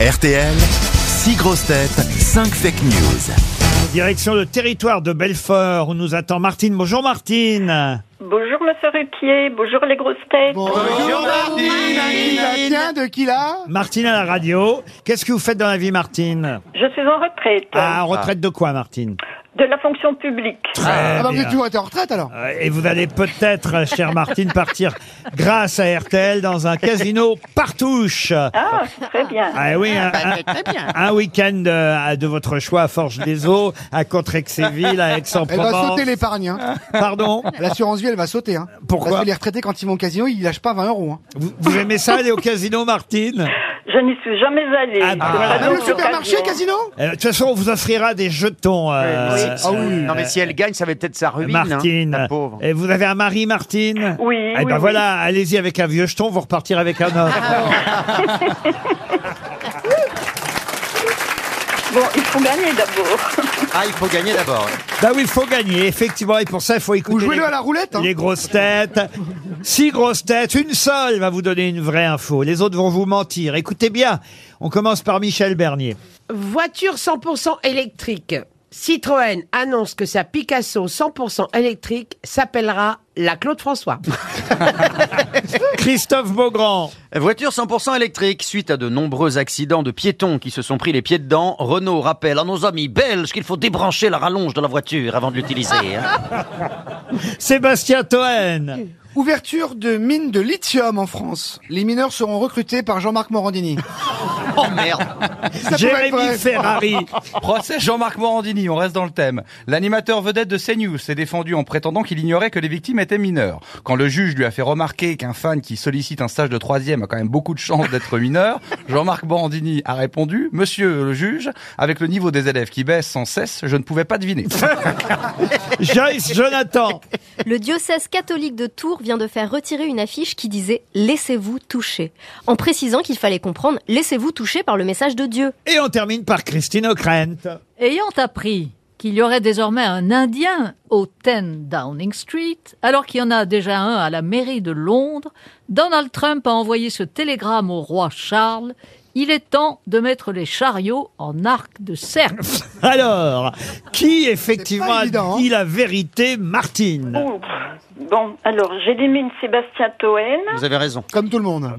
RTL, 6 grosses têtes, 5 fake news. Direction le territoire de Belfort où nous attend Martine. Bonjour Martine. Bonjour Monsieur Ruquier, bonjour les grosses têtes. Tiens, de qui là Martine à la radio. Qu'est-ce que vous faites dans la vie Martine Je suis en retraite Ah, retraite de quoi Martine de la fonction publique. Ah bah vous bien. êtes toujours été en retraite alors Euh, Et vous allez peut-être, euh, chère Martine, partir grâce à RTL dans un casino partouche. Ah, très bien. Ah oui, bah, un, un- un week-end euh, à- de votre choix à Forge-des-Eaux, à Contrexéville, à Elle va sauter Aix-en-Provence. l'épargne. Hein. Pardon L'assurance vie, elle va sauter. Hein. Pourquoi Parce que les retraités, quand ils vont au casino, ils lâchent pas 20 euros. Hein. vous, vous aimez ça aller au casino, Martine Je n'y suis jamais allée. Ah, bah, C'est voilà. pas Même le d'autre supermarché, occasion. casino Euh, De toute façon, on vous offrira des jetons, euh, Oui. Ah oui. Non mais si elle gagne, ça va être peut-être sa ruine, hein, Martine. la pauvre. Et vous avez un mari, Martine Oui, Eh oui, ben oui. voilà, allez-y avec un vieux jeton, vous repartirez avec un autre. Ah. Bon, il faut gagner d'abord. Ah, il faut gagner d'abord. Ben oui, il faut gagner, effectivement, et pour ça, il faut écouter. Vous jouez-le les- à la roulette, hein. Les grosses têtes. Six grosses têtes, une seule va vous donner une vraie info. Les autres vont vous mentir. Écoutez bien, on commence par Michel Bernier. Voiture 100% électrique. Citroën annonce que sa Picasso 100% électrique s'appellera la Claude François. Christophe Beaugrand, Voiture 100% électrique. Suite à de nombreux accidents de piétons qui se sont pris les pieds dedans, Renault rappelle à nos amis belges qu'il faut débrancher la rallonge de la voiture avant de l'utiliser. hein. Sébastien Toen, Ouverture de mine de lithium en France. Les mineurs seront recrutés par Jean-Marc Morandini. Oh merde Ça pourrait être Jérémy vrai. Ferrari, Procès Jean-Marc Morandini, on reste dans le thème. L'animateur vedette de CNews s'est défendu en prétendant qu'il ignorait que les victimes étaient mineures. Quand le juge lui a fait remarquer qu'un fan qui sollicite un stage de troisième a quand même beaucoup de chances d'être mineur, Jean-Marc Morandini a répondu « Monsieur le juge, avec le niveau des élèves qui baisse sans cesse, je ne pouvais pas deviner. Joyce Jonathan, Le diocèse catholique de Tours vient de faire retirer une affiche qui disait Laissez-vous toucher, en précisant qu'il fallait comprendre Laissez-vous toucher par le message de Dieu. et on termine par Christine O'Krent. Ayant appris qu'il y aurait désormais un Indien au 10 Downing Street, alors qu'il y en a déjà un à la mairie de Londres, Donald Trump a envoyé ce télégramme au Ah, roi Charles. Il est temps de mettre les chariots en arc de cercle. Alors, qui effectivement a évident, hein. dit la vérité, Martine Ouh. Bon, alors j'élimine Sébastien Toen. Vous avez raison. Oh, Comme tout le monde.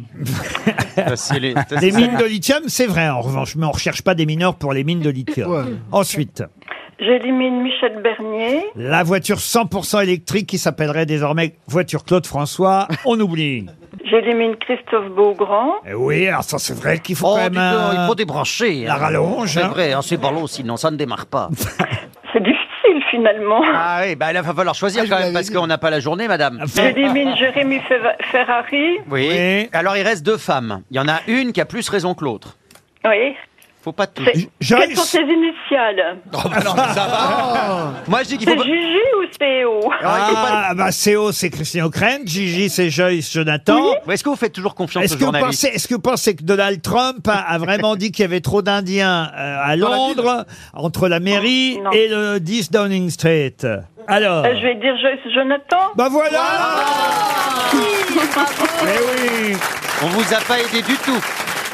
Ça, Bah, c'est les- ça, Des c'est- mines de lithium, c'est vrai en revanche, mais on recherche pas des mineurs pour les mines de lithium. Ouais. Ensuite, J'élimine Michel Bernier. La voiture 100% électrique qui s'appellerait désormais voiture Claude François, on oublie. J'élimine Christophe Beaugrand. Eh oui, alors ça c'est vrai qu'il faut Oh, quand dis même donc, un- il faut débrancher. la hein. rallonge, C'est hein. vrai, hein, c'est par l'eau, sinon ça ne démarre pas. C'est difficile finalement. Ah oui, bah, il va falloir choisir Ah, je quand vous même, l'avais parce dit. qu'on n'a pas la journée, madame. Ah, J'élimine Jérémy Fer- Ferrari. Oui. Oui. Alors, il reste deux femmes. Il y en a une qui a plus raison que l'autre. Oui. Faut pas tout. C'est- Joyce. Quelles sont ses initiales Moi, je dis qu'il C'est faut. pas- Gigi ou c'est O Alors, il faut pas- Ah, bah CO c'est Christine O'Krent, Gigi c'est Joyce Jonathan. Mais Est-ce que vous faites toujours confiance Est-ce aux que, vous journalistes pensez, est-ce que vous pensez que Donald Trump a, a vraiment dit qu'il y avait trop d'Indiens euh, à Londres, entre la mairie Non. et le 10 Downing Street Alors Euh, Je vais dire Joyce Jonathan. Bah voilà Eh oui On vous a pas aidé du tout.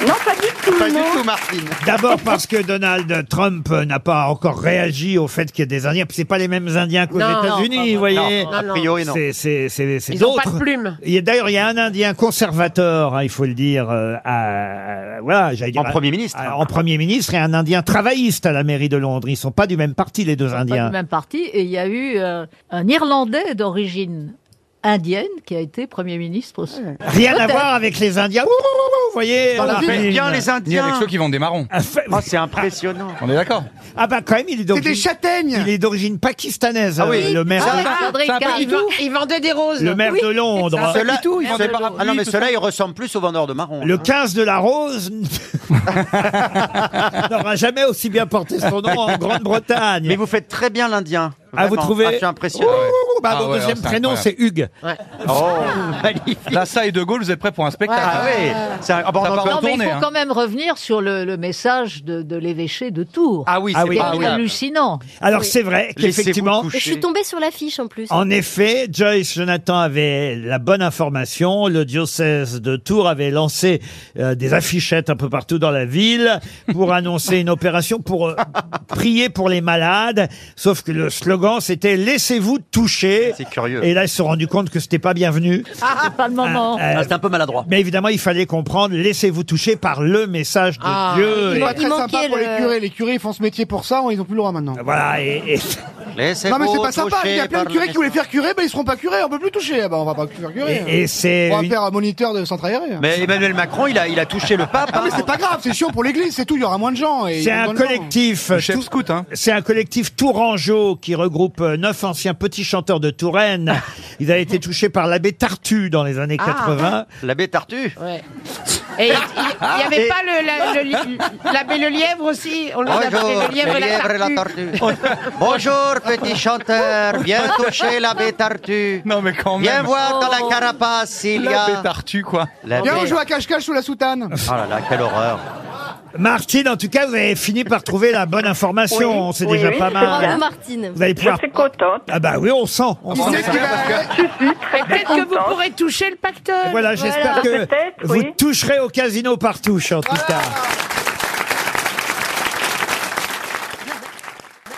Non, pas du tout. Pas du non. tout, Martine. D'abord parce que Donald Trump n'a pas encore réagi au fait qu'il y ait des Indiens. Puis c'est pas les mêmes Indiens qu'aux Non, non, États-Unis, vous voyez. a priori, non. C'est- C'est c'est- c'est Ils ont pas d'autres. de plumes. Il y a- D'ailleurs, il y a un Indien conservateur, hein, il faut le dire, euh, à, à- voilà, j'allais dire En à- Premier ministre. à- Ah, Euh, en premier ministre, et un Indien travailliste à la mairie de Londres. Ils sont pas du même parti, les deux Pas Indiens. du même parti. Et il y a eu euh, un Irlandais d'origine indienne qui a été Premier ministre aussi. Rien à voir avec les Indiens. Ouh, ouh, ouh, ouh, vous voyez. Dans la euh, ville. Marine. Bien les Ni avec Indiens. ceux qui vendent des marrons. Ah, fa- Oh, c'est impressionnant. On est d'accord Ah bah quand même, il est C'est des d'origine. châtaignes. Il est d'origine pakistanaise, Ah oui. euh, le maire, Ah, Fabrique, c'est un peu ils, du tout. vend- ils vendaient des roses. le maire de Londres. ça, Ceux-là- du tout, ils vendent ceux- des parapluies, Ah non, mais tout ceux-là, ils ressemblent plus aux vendeurs de marrons. Le hein. 15 de la Rose n'aura jamais aussi bien porté son nom en Grande-Bretagne. Mais vous faites très bien l'Indien. Ah, vous Vraiment. trouvez Ah, Je suis impressionné. Ouh, ouh, ouh. Bah, Ah mon ouais, deuxième c'est prénom, incroyable. c'est Hugues. Ouais. Oh, Magnifique. Là, ça et De Gaulle, vous êtes prêts pour un spectacle Ah oui. C'est un- ah, bah, on Ça en part peut- en Non, mais il tournée, faut hein. quand même revenir sur le, le message de, de l'évêché de Tours. Ah oui, Ah c'est oui. C'est formidable. hallucinant. Alors, c'est vrai Laissez-vous qu'effectivement, Et je suis coucher. tombée sur l'affiche en plus. En effet, Joyce Jonathan avait la bonne information. Le diocèse de Tours avait lancé euh, des affichettes un peu partout dans la ville pour annoncer une opération pour euh, prier pour les malades. Sauf que le slogan, c'était Laissez-vous toucher. C'est curieux. Et là, ils se sont rendus compte que c'était pas bienvenu. C'est pas le moment. Euh, Ah, c'est un peu maladroit. mais évidemment, il fallait comprendre Laissez-vous toucher par le message de Ah, Dieu. C'est Et- pas très Il sympa manquait pour le- les curés. Les curés, ils font ce métier pour ça, ils ont plus le droit maintenant. voilà. et- et- Laissez-vous Non, mais c'est pas sympa. Il y a plein de toucher curés par qui voulaient le- faire curer, ben ils seront pas curés, on peut plus toucher. Ah Bah, on va pas faire curer. et, et c'est On va une- faire un moniteur de centre aéré. hein. Mais Emmanuel Macron, il a, il a touché le pape. Ah, mais hein. c'est pas grave, c'est chiant pour l'église, c'est tout, il y aura moins de gens. c'est et ils ont un besoin de gens. collectif. Le chef tout- scout, hein. C'est un collectif tourangeau qui regroupe euh, neuf anciens petits chanteurs de Touraine. Ils avaient été touchés par l'abbé Tartu dans les années Ah. 80. L'abbé Tartu. Ouais. Et il n'y avait Ah. pas le, la, le, li- l'abbé le lièvre aussi On Ah, les a appelés Bonjour, le lièvre et la lièvre et la tortue. tortue. Bonjour, petit chanteur. Viens toucher l'abbé Tartu. Non, mais quand Viens même. Oh. voir dans la carapace s'il y La a. pétartu, quoi. L'abbé- Viens, on joue à cache-cache sous la soutane. Oh là là, quelle horreur. Martine, en tout cas, vous avez fini par trouver la bonne information. Oui, C'est oui, déjà oui, pas c'est mal. Bravo Martine. Vous allez Je pouvoir. suis contente. Ah bah oui, on sent. on Qui sent. c'est qui va. Très, très Peut-être que vous contente. pourrez toucher le pactole. Voilà, j'espère que Peut-être, vous oui. toucherez au casino par touche en tout cas.